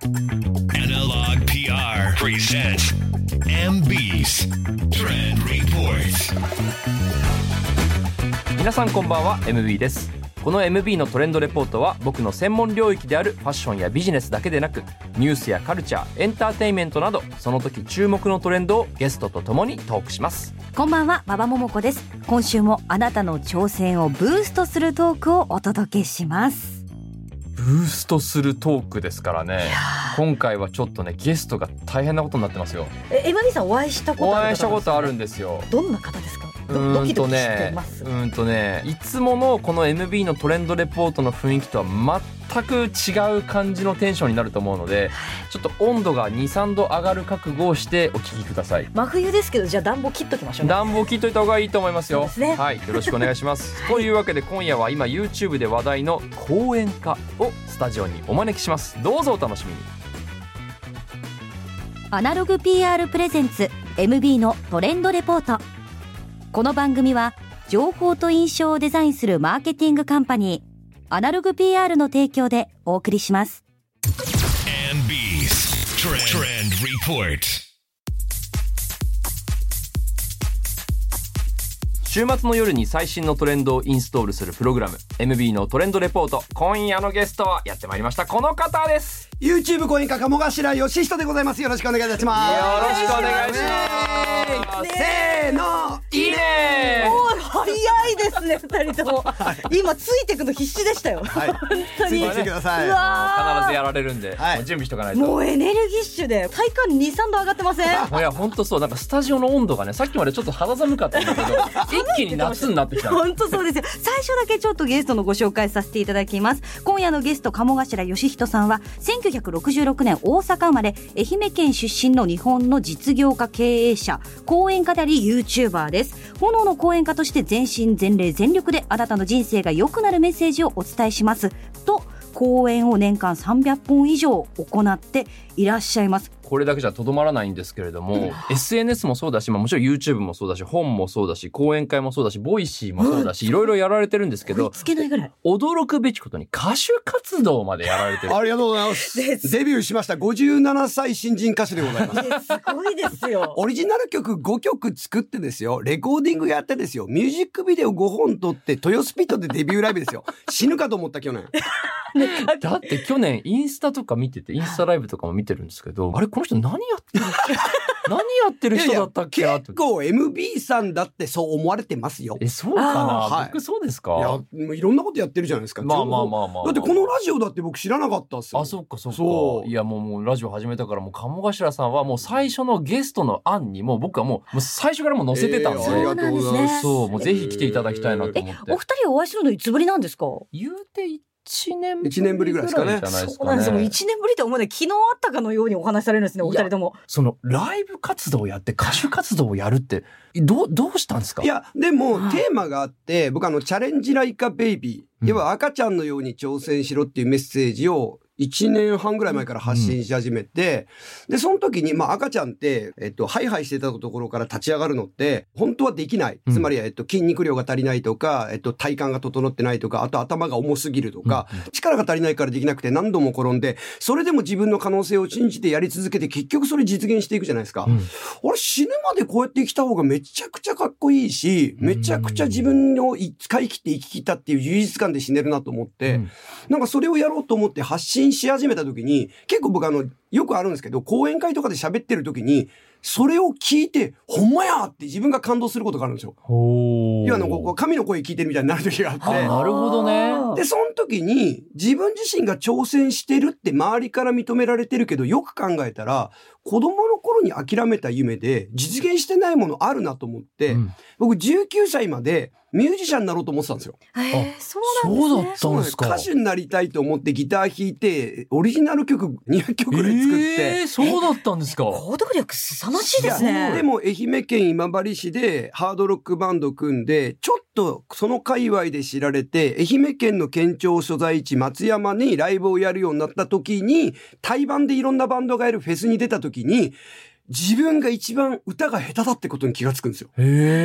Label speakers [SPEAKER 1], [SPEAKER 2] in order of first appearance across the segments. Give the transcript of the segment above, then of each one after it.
[SPEAKER 1] Analog PR presents MB's Trend Report.
[SPEAKER 2] 皆さんこんばんは MB ですこの MB のトレンドレポートは僕の専門領域であるファッションやビジネスだけでなくニュースやカルチャーエンターテインメントなどその時注目のトレンドをゲストと共にトークします
[SPEAKER 3] こんばんは、馬場ももこです。今週もあなたの挑戦をブーストするトークをお届けします。
[SPEAKER 2] ブーストするトークですからね今回はちょっとねゲストが大変なことになってますよ
[SPEAKER 3] え、エマミさんお会いしたこと
[SPEAKER 2] お
[SPEAKER 3] ある
[SPEAKER 2] 会いしたことあるん
[SPEAKER 3] で。
[SPEAKER 2] ですよ
[SPEAKER 3] どんな方ですか
[SPEAKER 2] う
[SPEAKER 3] どド
[SPEAKER 2] ー
[SPEAKER 3] キ
[SPEAKER 2] ん
[SPEAKER 3] ド
[SPEAKER 2] と
[SPEAKER 3] キして
[SPEAKER 2] ね
[SPEAKER 3] ます。
[SPEAKER 2] うーんとねいつものこの MB のトレンドレポートの雰囲気とは全く違う感じのテンションになると思うのでちょっと温度が23度上がる覚悟をしてお聞きください
[SPEAKER 3] 真冬ですけど、じゃあ暖房切っときましょうね。
[SPEAKER 2] 暖房切っといた方がいいと思います
[SPEAKER 3] そう
[SPEAKER 2] よ
[SPEAKER 3] ですね
[SPEAKER 2] はいよろしくお願いします、 というわけで今夜は今 YouTube で話題の講演家をスタジオにお招きしますどうぞお楽しみに
[SPEAKER 3] アナログ PR プレゼンツ MB のトレンドレポート。この番組は情報と印象をデザインするマーケティングカンパニーアナログ PR の提供でお送りします。
[SPEAKER 1] MB's Trend, Trend Report.
[SPEAKER 2] 週末の夜に最新のトレンドをインストールするプログラム MB のトレンドレポート今夜のゲストはやってまいりましたこの方です
[SPEAKER 4] YouTube 講演家鴨頭義人でございますよろしくお願いいたし
[SPEAKER 2] よろしくお
[SPEAKER 4] ます
[SPEAKER 2] 願いします。
[SPEAKER 4] せーの
[SPEAKER 2] いいね
[SPEAKER 5] もう早いですね二人とも今ついてくの必死でしたよ
[SPEAKER 4] はい
[SPEAKER 5] 当に
[SPEAKER 4] ついてきてくださいう
[SPEAKER 5] わ
[SPEAKER 2] 必ずやられるんで、
[SPEAKER 4] はい
[SPEAKER 2] もう準備しとかない
[SPEAKER 5] ーも
[SPEAKER 2] と。
[SPEAKER 5] うエネルギッシュで体感23度上がってませ ん
[SPEAKER 2] いや本当そうなんかスタジオの温度がねさっきまでちょっと肌寒かったんだけど 一気に夏になってきたの
[SPEAKER 5] 本当そうですよ
[SPEAKER 3] 最初だけちょっとゲストのご紹介させていただきます今夜のゲスト鴨頭義人さんは1966年大阪生まれ愛媛県出身の日本の実業家経営者講演家であり YouTuber です炎の講演家として全身全霊全力であなたの人生が良くなるメッセージをお伝えしますと講演を年間300本以上行っていらっしゃいます
[SPEAKER 2] これだけじゃとどまらないんですけれども SNS もそうだし、まあ、もちろん YouTube もそうだし本もそうだし講演会もそうだしボイシーもそうだしいろいろやられてるんですけど
[SPEAKER 5] つけないぐらい
[SPEAKER 2] 驚くべきことに歌手活動までやられてる
[SPEAKER 4] ありがとうございます
[SPEAKER 5] です
[SPEAKER 4] デビューしました57歳新人歌手でございます
[SPEAKER 5] いやすごいですよ
[SPEAKER 4] オリジナル曲5曲作ってですよレコーディングやってですよミュージックビデオ5本撮って豊スピットでデビューライブですよ死ぬかと思った去年
[SPEAKER 2] だって去年インスタとか見てて、インスタライブとかも見てるんですけど、あれこの人何やって る何やってる人だったっけ
[SPEAKER 4] いやい
[SPEAKER 2] な
[SPEAKER 4] や
[SPEAKER 2] って
[SPEAKER 4] 結。構 MB さんだってそう思われてますよ
[SPEAKER 2] え、そうかな、
[SPEAKER 4] あーはい
[SPEAKER 2] 僕そうです
[SPEAKER 4] い
[SPEAKER 2] か
[SPEAKER 4] やもういろんなことやってるじゃないですか
[SPEAKER 2] まあまあ
[SPEAKER 4] 情報
[SPEAKER 2] まあまあ。
[SPEAKER 4] だってこのラジオだって僕知らなかったっすよ
[SPEAKER 2] あ、そっかそっか。
[SPEAKER 4] そう
[SPEAKER 2] いやもうもうラジオ始めたからもう鴨頭さんはもう最初のゲストの案にもう僕はもうもう最初からもう載せてたんで、
[SPEAKER 4] えーありがとうございます
[SPEAKER 3] ね
[SPEAKER 2] そう、もうぜひ来ていただきたいなと思って
[SPEAKER 3] お。二人お会いするのいつぶりなんですか
[SPEAKER 2] 言うて1年
[SPEAKER 4] 一年ぶりぐらいですか
[SPEAKER 2] じ
[SPEAKER 4] ね
[SPEAKER 2] ゃないです
[SPEAKER 5] そう
[SPEAKER 2] か
[SPEAKER 5] なん
[SPEAKER 2] ね。
[SPEAKER 5] ですよもう1年ぶりとは思えない昨日あったかのようにお話しされるんですねお二人とも
[SPEAKER 2] そのライブ活動をやって歌手活動をやるって、どう、どうしたんですか
[SPEAKER 4] いや、でも
[SPEAKER 3] はい、
[SPEAKER 4] テーマがあって、僕あの、チャレンジライカベイビ
[SPEAKER 2] う
[SPEAKER 4] ー。
[SPEAKER 2] ん
[SPEAKER 4] 要は赤ちゃんのように挑戦しろっていうメッセージを、1年半ぐらい前から発信し始めて、で、その時に、まあ赤ちゃんって、えっと、ハイハイしてたところから立ち上がるのって、本当はできない。
[SPEAKER 2] うん
[SPEAKER 4] つまり、えっと、筋肉量が足りないとか、えっと、体幹が整ってないとか、あと頭が重すぎるとか、力が足りないからできなくて何度も転んで、それでも自分の可能性を信じてやり続けて、結局それ実現していくじゃないですか。
[SPEAKER 2] うん
[SPEAKER 4] 俺死ぬまでこうやって生きた方がめちゃくちゃかっこいいし、めちゃくちゃ自分をい使い切って生き切ったっていう充実感で死ねるなと思って、
[SPEAKER 2] うん
[SPEAKER 4] なんかそれをやろうと思って発信し始めた時に、結構僕あの、よくあるんですけど、講演会とかで喋ってる時に、それを聞いて、ほんまやって自分が感動することがあるんですよ。
[SPEAKER 2] ほー
[SPEAKER 4] 要はあの、こうこう神の声聞いてるみたいになる時があって。
[SPEAKER 2] あなるほどね
[SPEAKER 5] あー
[SPEAKER 4] で、その時に自分自身が挑戦してるって周りから認められてるけど、よく考えたら、子供の頃に諦めた夢で実現してないものあるなと思って、
[SPEAKER 2] うん
[SPEAKER 4] 僕19歳までミュージシャンになろうと思ってたんですよ。
[SPEAKER 3] えーそうなんですね
[SPEAKER 2] そうだったんですか。
[SPEAKER 4] 歌手になりたいと思ってギター弾いて、オリジナル曲200曲ぐらい作って、
[SPEAKER 2] えーそうだったんですか。
[SPEAKER 5] 行動力凄まじいです
[SPEAKER 4] いや
[SPEAKER 5] ね
[SPEAKER 4] でも愛媛県今治市でハードロックバンド組んで、ちょっとその界隈で知られて、愛媛県の県庁所在地松山にライブをやるようになった時に、対バンでいろんなバンドがいるフェスに出た時に、自分が一番歌が下手だってことに気がつくんですよ。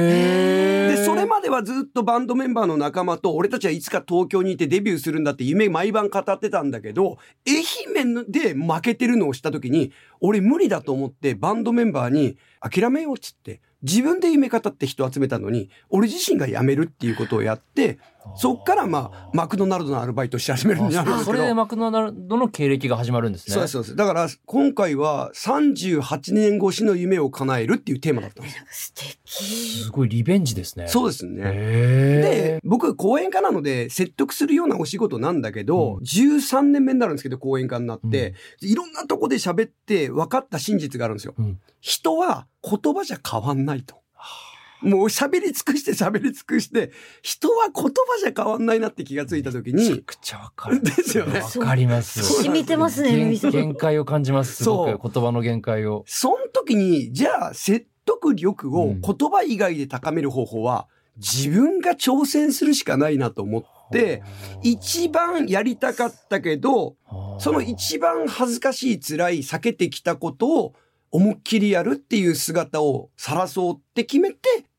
[SPEAKER 2] へ
[SPEAKER 4] で、それまではずっとバンドメンバーの仲間と、俺たちはいつか東京にいてデビューするんだって夢毎晩語ってたんだけど、愛媛で負けてるのを知った時に、俺無理だと思ってバンドメンバーに諦めようっつって、自分で夢語って人集めたのに、俺自身が辞めるっていうことをやって、そっからまあ、マクドナルドのアルバイトし始めるんじゃないです
[SPEAKER 2] そ
[SPEAKER 4] けど
[SPEAKER 2] れでマクドナルドの経歴が始まるんですね。
[SPEAKER 4] そうです、そうです。だから、今回は38年越しの夢を叶えるっていうテーマだったんですよ。
[SPEAKER 5] 素敵。
[SPEAKER 2] すごいリベンジですね。
[SPEAKER 4] そうですね。
[SPEAKER 2] へ
[SPEAKER 4] で、僕、講演家なので、説得するようなお仕事なんだけど、
[SPEAKER 2] うん
[SPEAKER 4] 13年目になるんですけど、講演家になって、いろんなとこで喋って分かった真実があるんですよ。
[SPEAKER 2] うん
[SPEAKER 4] 人は言葉じゃ変わんないと。もう喋り尽くして喋り尽くして、人は言葉じゃ変わんないなって気がついた時
[SPEAKER 2] え。めちゃ
[SPEAKER 4] に、
[SPEAKER 2] くちゃわかる。
[SPEAKER 4] ですよね
[SPEAKER 2] わかります。
[SPEAKER 4] そう
[SPEAKER 5] 染みてますね、
[SPEAKER 2] 限
[SPEAKER 5] 海さん。
[SPEAKER 2] 限界を感じます。すご
[SPEAKER 4] そ
[SPEAKER 2] く言葉の限界を。
[SPEAKER 4] その時に、じゃあ説得力を言葉以外で高める方法は、自分が挑戦するしかないなと思って、一番やりたかったけど、
[SPEAKER 2] はあ、
[SPEAKER 4] その一番恥ずかしい、辛い、避けてきたことを思いっきりやるっていう姿を晒そうって決めて、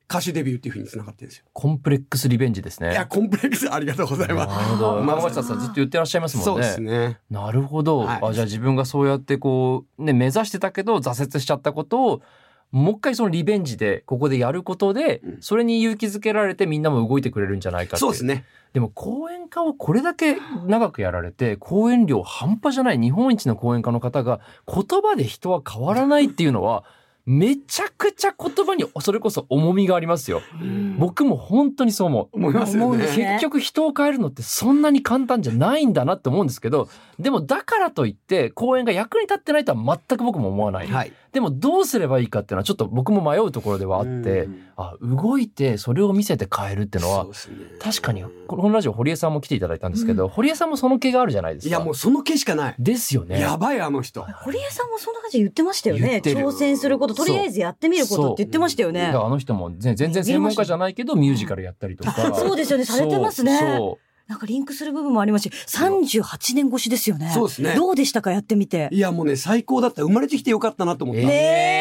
[SPEAKER 4] 歌手デビューっていうふうに繋がってるんですよ。
[SPEAKER 2] コンプレックスリベンジですね。
[SPEAKER 4] いや、コンプレックスありがとうござい
[SPEAKER 2] なる
[SPEAKER 4] ま
[SPEAKER 2] ほど。
[SPEAKER 4] まあ。
[SPEAKER 2] 山下さんずっと言ってらっしゃいますす
[SPEAKER 4] そ
[SPEAKER 2] も
[SPEAKER 4] うんです
[SPEAKER 2] ね。
[SPEAKER 4] ね。
[SPEAKER 2] なるほど。
[SPEAKER 4] はい
[SPEAKER 2] あじゃあ自分がそうやってこう、ね、目指してたけど挫折しちゃったことを、もう一回そのリベンジで、ここでやることで
[SPEAKER 4] う、ん
[SPEAKER 2] それに勇気づけられてみんなも動いてくれるんじゃないかってい
[SPEAKER 4] そうですね。
[SPEAKER 2] でも講演家をこれだけ長くやられて、講演料半端じゃない日本一の講演家の方が、言葉で人は変わらないっていうの は、めちゃくちゃ言葉にそれこそ重みがありますよ。僕も本当にそう思う。
[SPEAKER 4] 思いますよ
[SPEAKER 5] 思う
[SPEAKER 4] ね
[SPEAKER 5] ね。
[SPEAKER 2] 結局人を変えるのってそんなに簡単じゃないんだなって思うんですけど、でもだからといって講演が役に立ってないとは全く僕も思わない。
[SPEAKER 4] はい。
[SPEAKER 2] でもどうすればいいかっていうのはちょっと僕も迷うところではあって
[SPEAKER 4] う、ん
[SPEAKER 2] あ、動いてそれを見せて変えるっていうのは
[SPEAKER 4] そう、ですね
[SPEAKER 2] 確かに、このラジオ堀江さんも来ていただいたんですけど、堀江さんもその気があるじゃないですか。
[SPEAKER 4] いや、もうその気しかない。
[SPEAKER 2] ですよね。
[SPEAKER 4] やばい、あの人。
[SPEAKER 5] 堀江さんもそんな感じで言ってましたよね。
[SPEAKER 2] 言ってる
[SPEAKER 5] 挑戦すること、とりあえずやってみることって言ってましたよ
[SPEAKER 2] だ
[SPEAKER 5] ね
[SPEAKER 2] か。らあの人も全全然専門家じゃないけど、ミュージカルやったりとか。
[SPEAKER 5] そうですよねされてますね
[SPEAKER 2] そうそ
[SPEAKER 5] なんかリンクする部分もありますし、38年越しですよね。
[SPEAKER 4] そうですね
[SPEAKER 5] どうでしたかやってみて。
[SPEAKER 4] いや、もうね、最高だった。生まれてきてよかったなと思
[SPEAKER 2] う
[SPEAKER 4] った。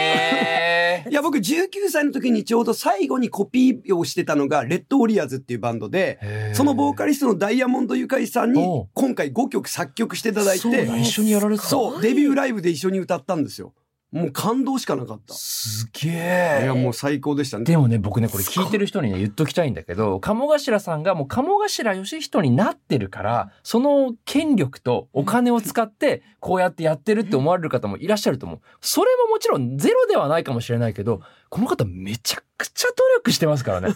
[SPEAKER 2] え
[SPEAKER 4] いや、僕19歳の時にちょうど最後にコピーをしてたのが、レッドオリアーズっていうバンドで、
[SPEAKER 2] ー
[SPEAKER 4] そのボーカリストのダイヤモンドゆかりさん
[SPEAKER 2] お
[SPEAKER 4] に
[SPEAKER 2] う
[SPEAKER 4] 今回5曲作曲していただい
[SPEAKER 2] そう
[SPEAKER 4] て
[SPEAKER 2] だ、一緒にやられてた。
[SPEAKER 4] そう、デビューライブで一緒に歌ったんですよ。もう感動しかなかった。
[SPEAKER 2] すげえ。
[SPEAKER 4] いや、もう最高でしたね。
[SPEAKER 2] でもね、僕ね、これ聞いてる人にね、言っときたいんだけど、鴨頭さんがもう鴨頭義人になってるから、その権力とお金を使って、こうやってやってるって思われる方もいらっしゃると思う。それももちろんゼロではないかもしれないけど、この方めちゃくちゃ努力してますからね。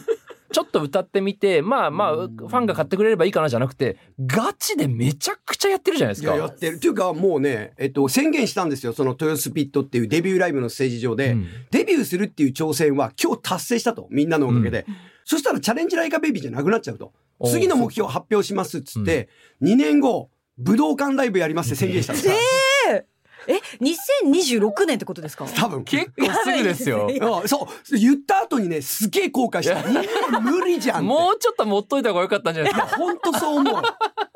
[SPEAKER 2] ちょっと歌ってみて、まあまあ、ファンが買ってくれればいいかなじゃなくて、ガチでめちゃくちゃやってるじゃないで
[SPEAKER 4] い
[SPEAKER 2] すか。
[SPEAKER 4] や、やってる。というか、もうね、えっと、宣言したんですよ。その、豊洲ピットっていうデビューライブのステージ上
[SPEAKER 2] う
[SPEAKER 4] で、
[SPEAKER 2] ん
[SPEAKER 4] デビューするっていう挑戦は今日達成したと。みんなのおかげで。そしたら、チャレンジライカベイビーじゃなくなっちゃうと。
[SPEAKER 2] おー
[SPEAKER 4] 次の目標発表しますっつって、2年後、武道館ライブやりますって宣言したんです。
[SPEAKER 5] え、2026年ってことですか
[SPEAKER 4] 多分。
[SPEAKER 2] 結構すぐですよ。
[SPEAKER 4] うんそう。言った後にね、すげえ後悔した。2年無理じゃんって。
[SPEAKER 2] もうちょっと持っといた方が良かったんじゃないですか。
[SPEAKER 4] 本当そう思う。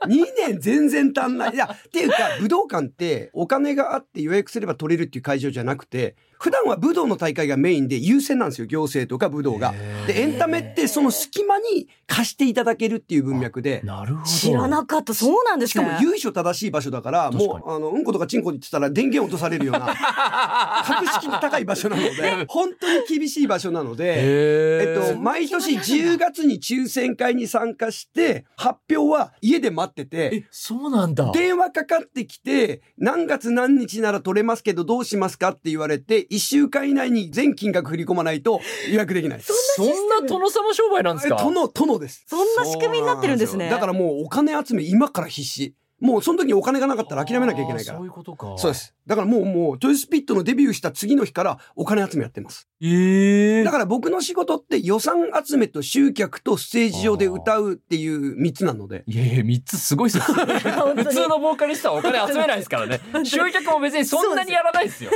[SPEAKER 4] 2年全然足んない。いや、っていうか、武道館ってお金があって予約すれば取れるっていう会場じゃなくて、普段は武道の大会がメインで優先なんですよ、行政とか武道が。で、エンタメってその隙間に貸していただけるっていう文脈で、
[SPEAKER 2] なるほど。
[SPEAKER 5] 知らなかった。そうなんです
[SPEAKER 4] しかも
[SPEAKER 5] ね。
[SPEAKER 4] 由緒正しい場所だから、
[SPEAKER 2] 確かに
[SPEAKER 4] もう、あの、うんことかちんこって言ってたら電源落とされるような、 格式の高い場所なので、本当に厳しい場所なので、 え
[SPEAKER 2] え
[SPEAKER 4] っと、毎年10月に抽選会に参加して、発表は家で待ってて、
[SPEAKER 2] そうなんだ。
[SPEAKER 4] 電話かかってきて、何月何日なら取れますけどどうしますかって言われて、1週間以内に全金額振り込まないと予約できない。そ
[SPEAKER 2] そんな殿様商売なんですか。
[SPEAKER 4] 殿、殿です。
[SPEAKER 5] そんな仕組みになってるんですね。
[SPEAKER 4] だからもうお金集め今から必死。もうその時にお金がなかったら諦めなきゃいけないか
[SPEAKER 2] あー
[SPEAKER 4] ら
[SPEAKER 2] そうい。うことか。
[SPEAKER 4] そうで。す。だからもうもう、トイスピットのデビューした次の日からお金集めやってます。
[SPEAKER 2] ええ
[SPEAKER 4] だ。から僕の仕事って予算集めと集客とステージ上で歌うっていう3つなので。
[SPEAKER 2] いやいや、三つすごいですよ。
[SPEAKER 5] 本当
[SPEAKER 2] 普
[SPEAKER 5] に
[SPEAKER 2] 通のボーカリストはお金集めないですからね。集客も別にそんなにやらないですよ。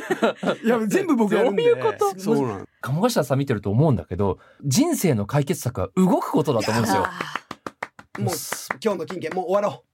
[SPEAKER 4] いや、全部僕やるんで。
[SPEAKER 2] どういうこと
[SPEAKER 4] そうなん。
[SPEAKER 2] 鴨頭さん見てると思うんだけど、人生の解決策は動くことだと思うんですよ。
[SPEAKER 5] あ
[SPEAKER 4] もう、今日の金券もう終わろ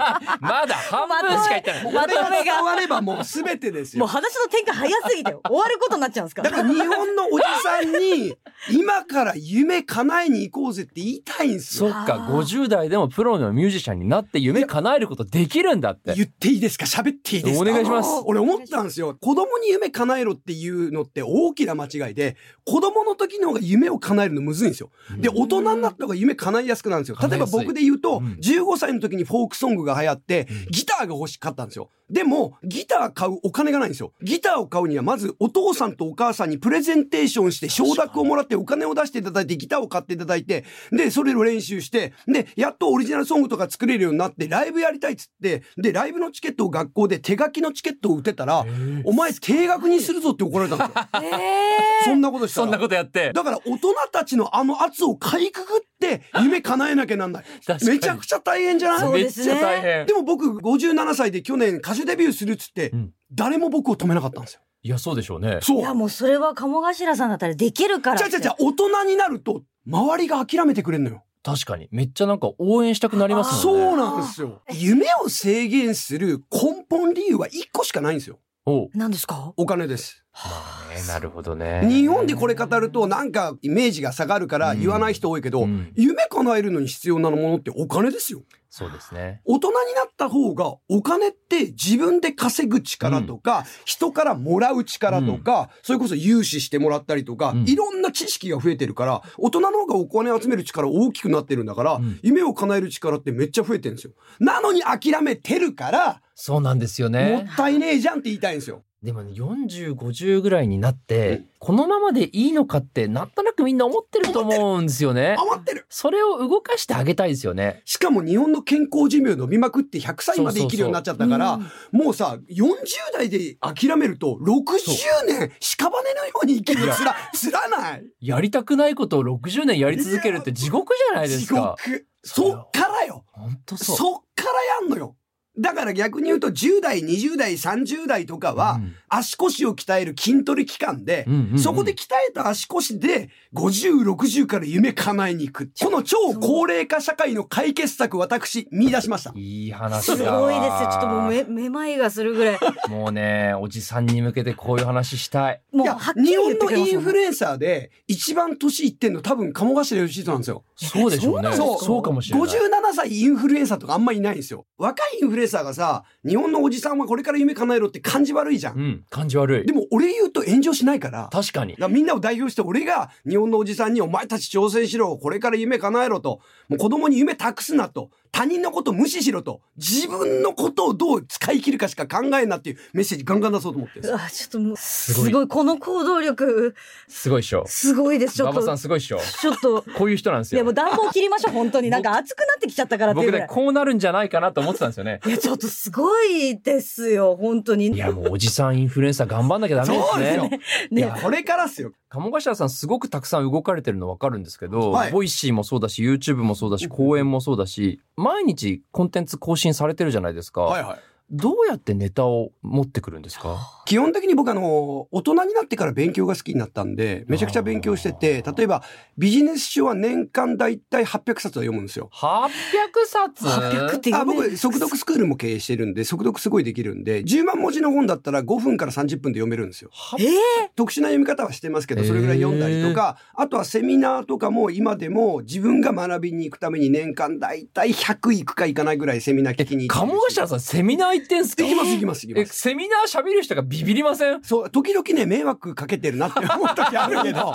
[SPEAKER 2] まだ半分しか言ってない。
[SPEAKER 5] ま
[SPEAKER 4] 俺が
[SPEAKER 5] とめ
[SPEAKER 4] 伝
[SPEAKER 5] が。
[SPEAKER 4] わればもう全てです
[SPEAKER 5] もう
[SPEAKER 4] よ。
[SPEAKER 5] 話の展開早すぎて、終わることになっちゃうんですか
[SPEAKER 4] だ
[SPEAKER 5] ら。
[SPEAKER 4] から日本のおじさんに、今から夢叶えに行こうぜって言いたいんです
[SPEAKER 2] そ
[SPEAKER 4] よ。
[SPEAKER 2] っか、50代でもプロのミュージシャンになって夢叶えることできるんだって。
[SPEAKER 4] 言っていいですか喋っていいですか
[SPEAKER 2] お願いします
[SPEAKER 4] あー俺思ったんですよ。子供に夢叶えろっていうのって大きな間違いで、子供の時の方が夢を叶えるのむずいんですよ。で、大人になった方が夢叶いやすくなるんですよ。例
[SPEAKER 2] 叶
[SPEAKER 4] えば
[SPEAKER 2] いやすい
[SPEAKER 4] 僕で言うと、
[SPEAKER 2] うん
[SPEAKER 4] 15歳の時にフォークソングが流行って、ギターが欲しかったんですよ。でも、ギター買うお金がないんですよ。ギターを買うには、まずお父さんとお母さんにプレゼンテーションして、承諾をもらって、お金を出していただいて、ギターを買っていただいて、で、それを練習して、で、やっとオリジナルソングとか作れるようになって、ライブやりたいっつって、で、ライブのチケットを学校で手書きのチケットを打てたら、お前、定額にするぞって怒られたんですよ。そんなことした
[SPEAKER 2] そんな
[SPEAKER 4] ら。
[SPEAKER 2] ことやって。
[SPEAKER 4] だから大人たちのあの圧をかいくぐって夢叶えなきゃなんない
[SPEAKER 2] 確。かに
[SPEAKER 4] めちゃくちゃ大変じゃない
[SPEAKER 5] そう
[SPEAKER 2] め
[SPEAKER 5] で
[SPEAKER 2] っ
[SPEAKER 5] す
[SPEAKER 2] ち
[SPEAKER 5] ね
[SPEAKER 2] ゃ大変。
[SPEAKER 4] でも僕57歳で去年歌手デビューするっつって、
[SPEAKER 2] うん
[SPEAKER 4] 誰も僕を止めなかったんですよ。
[SPEAKER 2] いや、そうでしょうね。
[SPEAKER 4] そ。
[SPEAKER 5] いうや、もうそれは鴨頭さんだったらできるから。
[SPEAKER 4] じゃじゃじゃ大人になると周りが諦めてくれるのよ。
[SPEAKER 2] 確かに。めっちゃなんか応援したくなりますもんね。
[SPEAKER 4] そうなんですよ。夢を制限する根本理由は1個しかないんですよ。
[SPEAKER 2] おう
[SPEAKER 5] 何ですか
[SPEAKER 4] お金です。
[SPEAKER 2] ねなるほどね。
[SPEAKER 4] 日本でこれ語るとなんかイメージが下がるから言わない人多いけど、
[SPEAKER 2] うん
[SPEAKER 4] 夢叶えるのに必要なものってお金ですよ。
[SPEAKER 2] そうですね。
[SPEAKER 4] 大人になった方がお金って自分で稼ぐ力とか、人からもらう力とか、それこそ融資してもらったりとか、
[SPEAKER 2] うん
[SPEAKER 4] いろんな知識が増えてるから大人の方がお金を集める力大きくなってるんだから、
[SPEAKER 2] ん
[SPEAKER 4] 夢を叶える力ってめっちゃ増えてるんですよなのに諦めてるから、
[SPEAKER 2] そうなんですよ
[SPEAKER 4] も
[SPEAKER 2] ね
[SPEAKER 4] っ。たいねえじゃんって言いたいんですよ
[SPEAKER 2] でもね、40、50ぐらいになって、このままでいいのかって、なんとなくみんな思ってると思うんですよね。
[SPEAKER 4] 余ってる
[SPEAKER 2] それを動かしてあげたいですよね。
[SPEAKER 4] しかも日本の健康寿命伸びまくって100歳まで生きるようになっちゃったからもうさ40代で諦めると60年屍のように生きるのつらつらない
[SPEAKER 2] やりたくないことを60年やり続けるって地獄じゃないですか。
[SPEAKER 4] 地獄そっからよ
[SPEAKER 2] 本当
[SPEAKER 4] そ
[SPEAKER 2] そう。
[SPEAKER 4] っからやんのよだから逆に言うと10代20代30代とかは、
[SPEAKER 2] うん
[SPEAKER 4] 足腰を鍛える筋トレ期間で、
[SPEAKER 2] うんうんうん
[SPEAKER 4] そこで鍛えた足腰で5060から夢叶えに行くこの超高齢化社会の解決策私見出しました
[SPEAKER 2] いい話だ
[SPEAKER 5] すごいですよ。ちょっともうめ、めまいがするぐらい。
[SPEAKER 2] もうね、おじさんに向けてこういう話したい。
[SPEAKER 5] も、
[SPEAKER 4] いうや
[SPEAKER 5] はっきり
[SPEAKER 4] 日
[SPEAKER 5] 言
[SPEAKER 4] 本
[SPEAKER 5] って
[SPEAKER 4] の
[SPEAKER 5] くれます
[SPEAKER 4] イ
[SPEAKER 5] も
[SPEAKER 4] ン
[SPEAKER 5] ん
[SPEAKER 4] フルエンサーで一番年いってんの多分鴨頭義人なんですよ
[SPEAKER 2] そうでしょうね。
[SPEAKER 4] そうな
[SPEAKER 2] そ
[SPEAKER 4] んで
[SPEAKER 2] う
[SPEAKER 4] すか
[SPEAKER 2] かもしれない。
[SPEAKER 4] 57歳インフルエンサーとかあんまいないんですよ若いインフルエンサーがさ日本のおじさんはこれから夢叶えろって感じ悪いじゃん
[SPEAKER 2] うん、感じ悪い
[SPEAKER 4] で。も俺言うと炎上しないから。だか
[SPEAKER 2] 確かに。
[SPEAKER 4] らみんなを代表して俺が日本のおじさんにお前たち挑戦しろ、これから夢叶えろと、もう子供に夢託すなと、他人のこと無視しろと、自分のことをどう使い切るかしか考えんなっていうメッセージガンガン出そうと思ってるんです
[SPEAKER 5] う
[SPEAKER 4] よ。
[SPEAKER 5] わちょっともう、す
[SPEAKER 2] ごい
[SPEAKER 5] ごい、この行動力、
[SPEAKER 2] すごいっしょ。
[SPEAKER 5] すごいです。ちょ
[SPEAKER 2] 馬
[SPEAKER 5] っ
[SPEAKER 2] 場さ
[SPEAKER 5] と、
[SPEAKER 2] んすごいっしょ。
[SPEAKER 5] ちょっと、
[SPEAKER 2] こういう人なんです
[SPEAKER 5] いやもう
[SPEAKER 2] よ。
[SPEAKER 5] 暖房切りましょう、本当に。なんか暑くなってきちゃったからっていう
[SPEAKER 2] 僕
[SPEAKER 5] ぐら
[SPEAKER 2] ね、
[SPEAKER 5] い。
[SPEAKER 2] こうなるんじゃないかなと思ってたんですよね。
[SPEAKER 5] いや、ちょっとすごいですよ、本当に。
[SPEAKER 2] いや、もうおじさんインフルエンサー頑張んなきゃダメです
[SPEAKER 4] そう
[SPEAKER 2] ね。
[SPEAKER 4] ですよ。いや、
[SPEAKER 5] ね
[SPEAKER 4] これからっすよ。
[SPEAKER 2] 鴨頭さんすごくたくさん動かれてるのわかるんですけど、
[SPEAKER 4] はい
[SPEAKER 2] ボイシーもそうだし、YouTube もそうだし、公演もそうだし、毎日コンテンツ更新されてるじゃないですか。
[SPEAKER 4] はいはい。
[SPEAKER 2] どうやってネタを持ってくるんですか
[SPEAKER 4] 基本的に僕あの、大人になってから勉強が好きになったんで、めちゃくちゃ勉強してて、例えばビジネス書は年間だいたい800冊は読むんですよ。
[SPEAKER 2] ?800 冊
[SPEAKER 5] 800って
[SPEAKER 4] あ
[SPEAKER 5] 読め
[SPEAKER 4] 僕速読スクールも経営してるんで速読すごいできるんで10万文字の本だったら5分から30分で読めるんですよ。
[SPEAKER 2] は
[SPEAKER 5] えー
[SPEAKER 4] 特殊な読み方はしてますけどそれぐらい読んだりとかあとはセミナーとかも今でも自分が学びに行くために年間だいたい100行くか行かないぐらいセミナー聞きに行ってる
[SPEAKER 2] 鴨頭さんセミナー行ってんすか
[SPEAKER 4] 行きます行きます行き
[SPEAKER 2] え、
[SPEAKER 4] ます。
[SPEAKER 2] セミナー喋る人がビビりません
[SPEAKER 4] そう時々ね迷惑かけてるなって思う時あるけ ど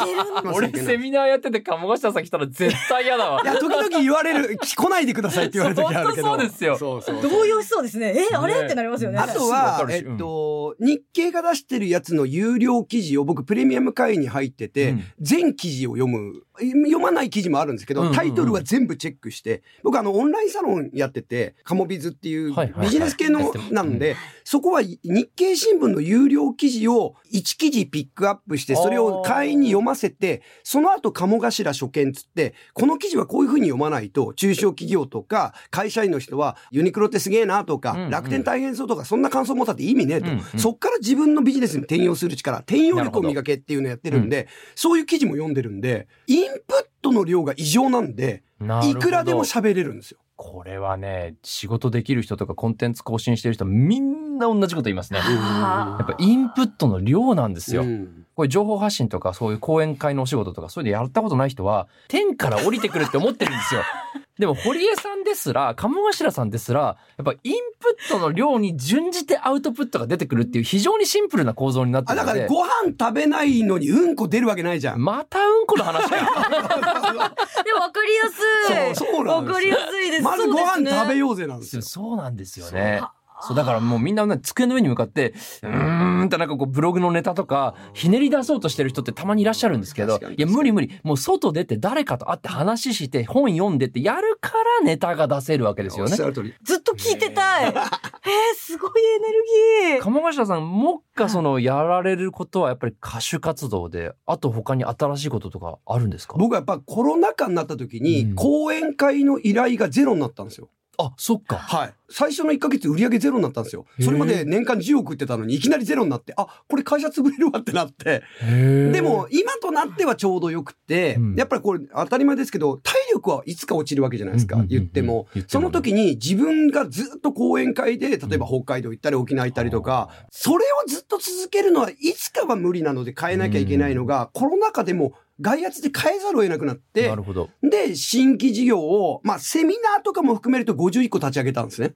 [SPEAKER 2] 俺セミナーやってて鴨頭さん来たら絶対嫌だわ
[SPEAKER 4] い。や時々言われる「来ないでください」って言われる時あるけど
[SPEAKER 2] 本当そうですよ
[SPEAKER 4] そうそうそう
[SPEAKER 5] 動揺しそうですね。え、あれ
[SPEAKER 2] ね
[SPEAKER 5] ってなりますよね。
[SPEAKER 4] あと
[SPEAKER 2] わか
[SPEAKER 4] は、
[SPEAKER 2] るし
[SPEAKER 4] え
[SPEAKER 2] うん
[SPEAKER 4] っと、日経が出してるやつの有料記事を僕プレミアム会員に入ってて、
[SPEAKER 2] うん
[SPEAKER 4] 全記事を読む、え読まない記事もあるんですけ
[SPEAKER 2] うんうん
[SPEAKER 4] ど、
[SPEAKER 2] うん
[SPEAKER 4] タイトルは全部チェックして、僕あのオンラインサロンやってて、カモビズっていう
[SPEAKER 2] はいはいはい
[SPEAKER 4] ビジネス系のなんで、そこは日経新聞の有料記事を1記事ピックアップして、それを会員に読ませて、その後鴨頭所見つって、この記事はこういうふうに読まないと、中小企業とか会社員の人は、ユニクロってすげえなとか、
[SPEAKER 2] うんうん
[SPEAKER 4] 楽天大変そうとか、そんな感想持ったって意味ねえと、
[SPEAKER 2] うんうん
[SPEAKER 4] そっから自分のビジネスに転用する力、転用力を磨けっていうのやってるんで、そういう記事も読んでるんで、インプットの量が異常なんで、
[SPEAKER 2] ない
[SPEAKER 4] くらでも喋れるんですよ。
[SPEAKER 2] これはね、仕事できる人とかコンテンツ更新してる人、みんな同じこと言いますね。や
[SPEAKER 3] あ
[SPEAKER 2] っぱインプットの量なんですよ。
[SPEAKER 4] うん
[SPEAKER 2] これ情報発信とかそういう講演会のお仕事とかそういうのやったことない人は天から降りてくるって思ってるんですよ。 でも堀江さんですら鴨頭さんですらやっぱインプットの量に準じてアウトプットが出てくるっていう非常にシンプルな構造になって
[SPEAKER 4] あ
[SPEAKER 2] る
[SPEAKER 4] だ
[SPEAKER 2] の
[SPEAKER 4] から
[SPEAKER 2] で。
[SPEAKER 4] ご飯食べないのにうんこ出るわけないじゃん。
[SPEAKER 2] またうんこの話か。
[SPEAKER 3] でも分かりやすい。
[SPEAKER 4] そうそうなん
[SPEAKER 3] 分
[SPEAKER 4] ですよ
[SPEAKER 3] かりやすいです。
[SPEAKER 4] まずご
[SPEAKER 3] そう
[SPEAKER 4] 飯
[SPEAKER 3] ですね
[SPEAKER 4] 食べようぜなんですよ。
[SPEAKER 2] そうなんですよね。そうだからもうみんな机の上に向かって、うーんってなんかこうブログのネタとかひねり出そうとしてる人ってたまにいらっしゃるんですけど
[SPEAKER 4] 確か、に
[SPEAKER 2] いや無理無理、もう外出て誰かと会って話して本読んでってやるからネタが出せるわけですよ
[SPEAKER 4] おっ
[SPEAKER 2] ね
[SPEAKER 4] し。ゃる通り。
[SPEAKER 5] ずっと聞いてたい。えー、すごいエネルギー。
[SPEAKER 2] 鴨頭さん、もっかそのやられることはやっぱり歌手活動で、あと他に新しいこととかあるんですか
[SPEAKER 4] 僕はやっぱコロナ禍になった時
[SPEAKER 2] うん
[SPEAKER 4] に講演会の依頼がゼロになったんですよ。
[SPEAKER 2] あ、そっか。
[SPEAKER 4] はい。最初の1ヶ月売り上げゼロになったんですよ。それまで年間10億売ってたのにいきなりゼロになって、あ、これ会社潰れるわってなって。で
[SPEAKER 2] で、
[SPEAKER 4] も今となってはちょうどよくて
[SPEAKER 2] うん、
[SPEAKER 4] やっぱりこれ当たり前ですけど、体力はいつか落ちるわけじゃないです
[SPEAKER 2] うん
[SPEAKER 4] か
[SPEAKER 2] うん。うん
[SPEAKER 4] 言っても
[SPEAKER 2] 言っ。て
[SPEAKER 4] そ
[SPEAKER 2] もね
[SPEAKER 4] の時に自分がずっと講演会で、例えば北海道行ったり沖縄行ったりとか、それをずっと続けるのはいつかは無理なので変えなきゃいけないのが、コロナ禍でも外圧で変えざるを得なくなって
[SPEAKER 2] なる、ほ ど。
[SPEAKER 4] で、新規事業を、まあ、セミナーとかも含めると51個立ち上げたんですね。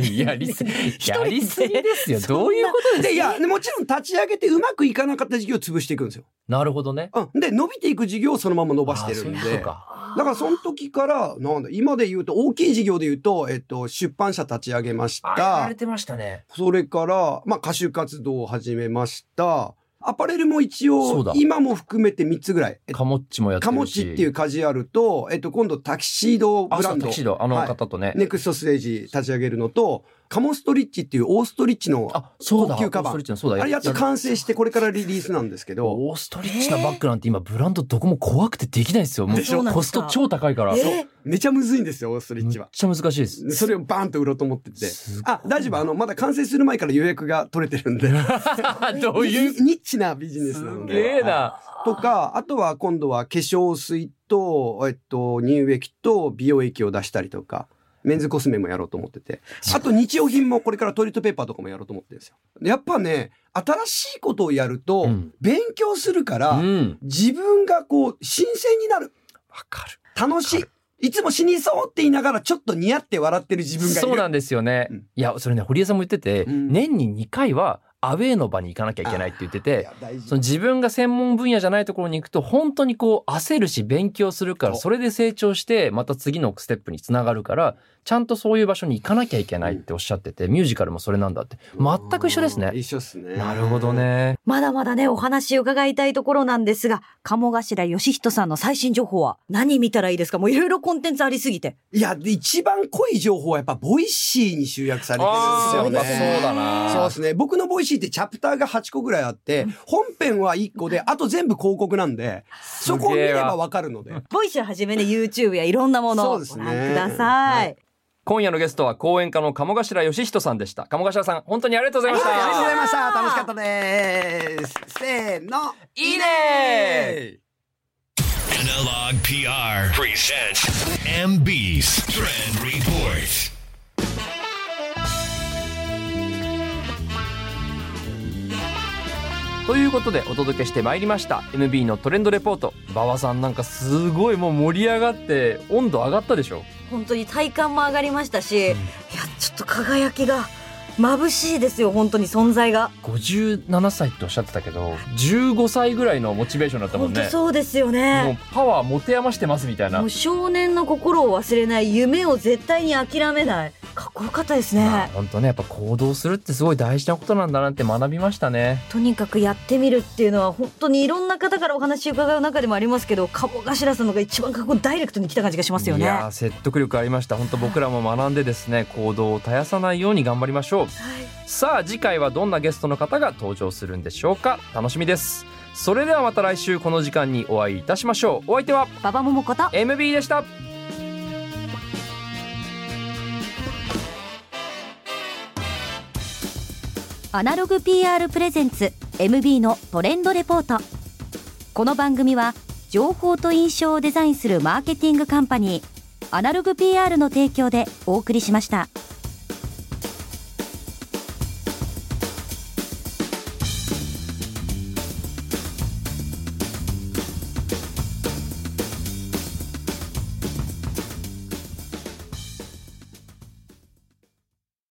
[SPEAKER 2] やりすぎ、やりすぎですよ。どういうこと
[SPEAKER 4] で、いや、もちろん立ち上げてうまくいかなかった事業を潰していくんですよ。
[SPEAKER 2] なるほどね。
[SPEAKER 4] うん。で、伸びていく事業をそのまま伸ばしてるん
[SPEAKER 2] あそういうこと
[SPEAKER 4] で。だ
[SPEAKER 2] か
[SPEAKER 4] からその時から、なんだ、今で言うと、大きい事業で言うと、えっと、出版社立ち上げまし
[SPEAKER 2] あやら
[SPEAKER 4] た
[SPEAKER 2] れ。てましたね。
[SPEAKER 4] それから、まあ、歌手活動を始めました。アパレルも一
[SPEAKER 2] そうだ
[SPEAKER 4] 応、今も含めて3つぐらい。えっと
[SPEAKER 2] カモッチもやって
[SPEAKER 4] カ
[SPEAKER 2] るし。
[SPEAKER 4] モチっていうカジュアルと、えっと、今度タキシード
[SPEAKER 2] あ、
[SPEAKER 4] ブ
[SPEAKER 2] そ
[SPEAKER 4] ラ
[SPEAKER 2] う
[SPEAKER 4] ンド。
[SPEAKER 2] タキシード、あの方とね。
[SPEAKER 4] ネクストステージ立ち上げるのと、カモストリッチっていうオーストリッチの、
[SPEAKER 2] あ、そうだ。
[SPEAKER 4] 高級カバン
[SPEAKER 2] オーストリッチのそうだ。
[SPEAKER 4] あれやっと
[SPEAKER 2] や
[SPEAKER 4] 完成してこれからリリースなんですけど、
[SPEAKER 2] オーストリッチのバッグなんて今ブランドどこも怖くてできないですよ。もう
[SPEAKER 4] でしょ
[SPEAKER 2] コスト超高いから。
[SPEAKER 5] え
[SPEAKER 2] めっ
[SPEAKER 5] ー
[SPEAKER 4] めちゃむずいんですよ、オーストリッチ
[SPEAKER 2] ちゃ
[SPEAKER 4] は。
[SPEAKER 2] 難しいです。
[SPEAKER 4] それをバーンと売ろうと思ってて
[SPEAKER 2] す。
[SPEAKER 4] あ、大丈夫。あの、まだ完成する前から予約が取れてるんで。
[SPEAKER 2] どう いう。
[SPEAKER 4] ニッチなビジネスなの
[SPEAKER 2] す
[SPEAKER 4] で。
[SPEAKER 2] げえ
[SPEAKER 4] はい
[SPEAKER 2] な。
[SPEAKER 4] とか、あとは今度は化粧水と、えっと、乳液と美容液を出したりとか、メンズコスメもやろうと思ってて。あと日用品もこれからトイレットペーパーとかもやろうと思ってるんですよ。でやっぱね、新しいことをやると
[SPEAKER 2] うん、
[SPEAKER 4] 勉強するから、
[SPEAKER 2] うん。
[SPEAKER 4] 自分がこう、新鮮になる。
[SPEAKER 2] わかる。
[SPEAKER 4] 楽しい。いつも死にそうって言いながら、ちょっと似合って笑ってる自分がいる。
[SPEAKER 2] そうなんですよね
[SPEAKER 4] うん。
[SPEAKER 2] いや、それね、堀江さんも言ってて、
[SPEAKER 4] うん
[SPEAKER 2] 年に2回はアウェーの場に行かなきゃいけないって言って
[SPEAKER 4] い
[SPEAKER 2] て
[SPEAKER 4] や、大事
[SPEAKER 2] その自分が専門分野じゃないところに行くと本当にこう焦るし勉強するから
[SPEAKER 4] そう
[SPEAKER 2] それで成長してまた次のステップにつながるからちゃんとそういう場所に行かなきゃいけないっておっしゃっててミュージカルもそれなんだって全く一緒ですね。
[SPEAKER 4] 一緒っすね。
[SPEAKER 2] なるほど。ね。
[SPEAKER 5] まだまだね、お話伺いたいところなんですが、鴨頭義人さんの最新情報は何見たらいいですかもういろいろコンテンツありすぎて。
[SPEAKER 4] いや、で一番濃い情報はやっぱ、ボイシーに集約されてるんですよ
[SPEAKER 2] あー
[SPEAKER 4] ね。
[SPEAKER 2] そうだな
[SPEAKER 4] そうですね。僕のボイシーってチャプターが8個ぐらいあって、本編は1個で、あと全部広告なんで、そこを見ればわかるので。
[SPEAKER 5] ボイシーはじめね、YouTube やいろんなものを
[SPEAKER 4] そうで
[SPEAKER 5] ご
[SPEAKER 4] すね
[SPEAKER 5] 覧ください。
[SPEAKER 2] 今夜のゲストは講演家の鴨頭義人さんでした。鴨頭さん本当にありがとうございまし
[SPEAKER 4] ありがとうご
[SPEAKER 2] た。
[SPEAKER 4] ざいました。楽しかったです。せーの。
[SPEAKER 2] いいね
[SPEAKER 1] Analog PR presents MB's Trend Report.
[SPEAKER 2] ということでお届けしてまいりました MB のトレンドレポート。馬場さんなんかすごいもう盛り上がって温度上がったでしょ。
[SPEAKER 5] 本当に体感も上がりましたし、いや、ちょっと輝きが眩しいですよ、本当に存在が。
[SPEAKER 2] 57歳っておっしゃってたけど15歳ぐらいのモチベーションだったもん
[SPEAKER 5] 本当
[SPEAKER 2] ね
[SPEAKER 5] そうですよ
[SPEAKER 2] もう
[SPEAKER 5] ね。
[SPEAKER 2] パワー持て余してますみたいな
[SPEAKER 5] もう少年の心を忘れない、夢を絶対に諦めない。かっこよかったです
[SPEAKER 2] まあ
[SPEAKER 5] ね。
[SPEAKER 2] 本当ねやっぱ行動するってすごい大事なことなんだなって学びましたね
[SPEAKER 5] とにかくやってみるっていうのは本当にいろんな方からお話伺う中でもありますけど鴨頭さんのが一番過去ダイレクトに来た感じがしますよ
[SPEAKER 2] い
[SPEAKER 5] ね
[SPEAKER 2] やー説得力ありました本当僕らも学んでですね行動を絶やさないように頑張りましょうさあ次回はどんなゲストの方が登場するんでしょうか楽しみですそれではまた来週この時間にお会いいたしましょうお相手は
[SPEAKER 5] 馬場ももこと
[SPEAKER 2] MB でした
[SPEAKER 3] アナログ PR プレゼンツ MB のトレンドレポートこの番組は情報と印象をデザインするマーケティングカンパニー
[SPEAKER 5] アナログ PR の提供でお送りしました。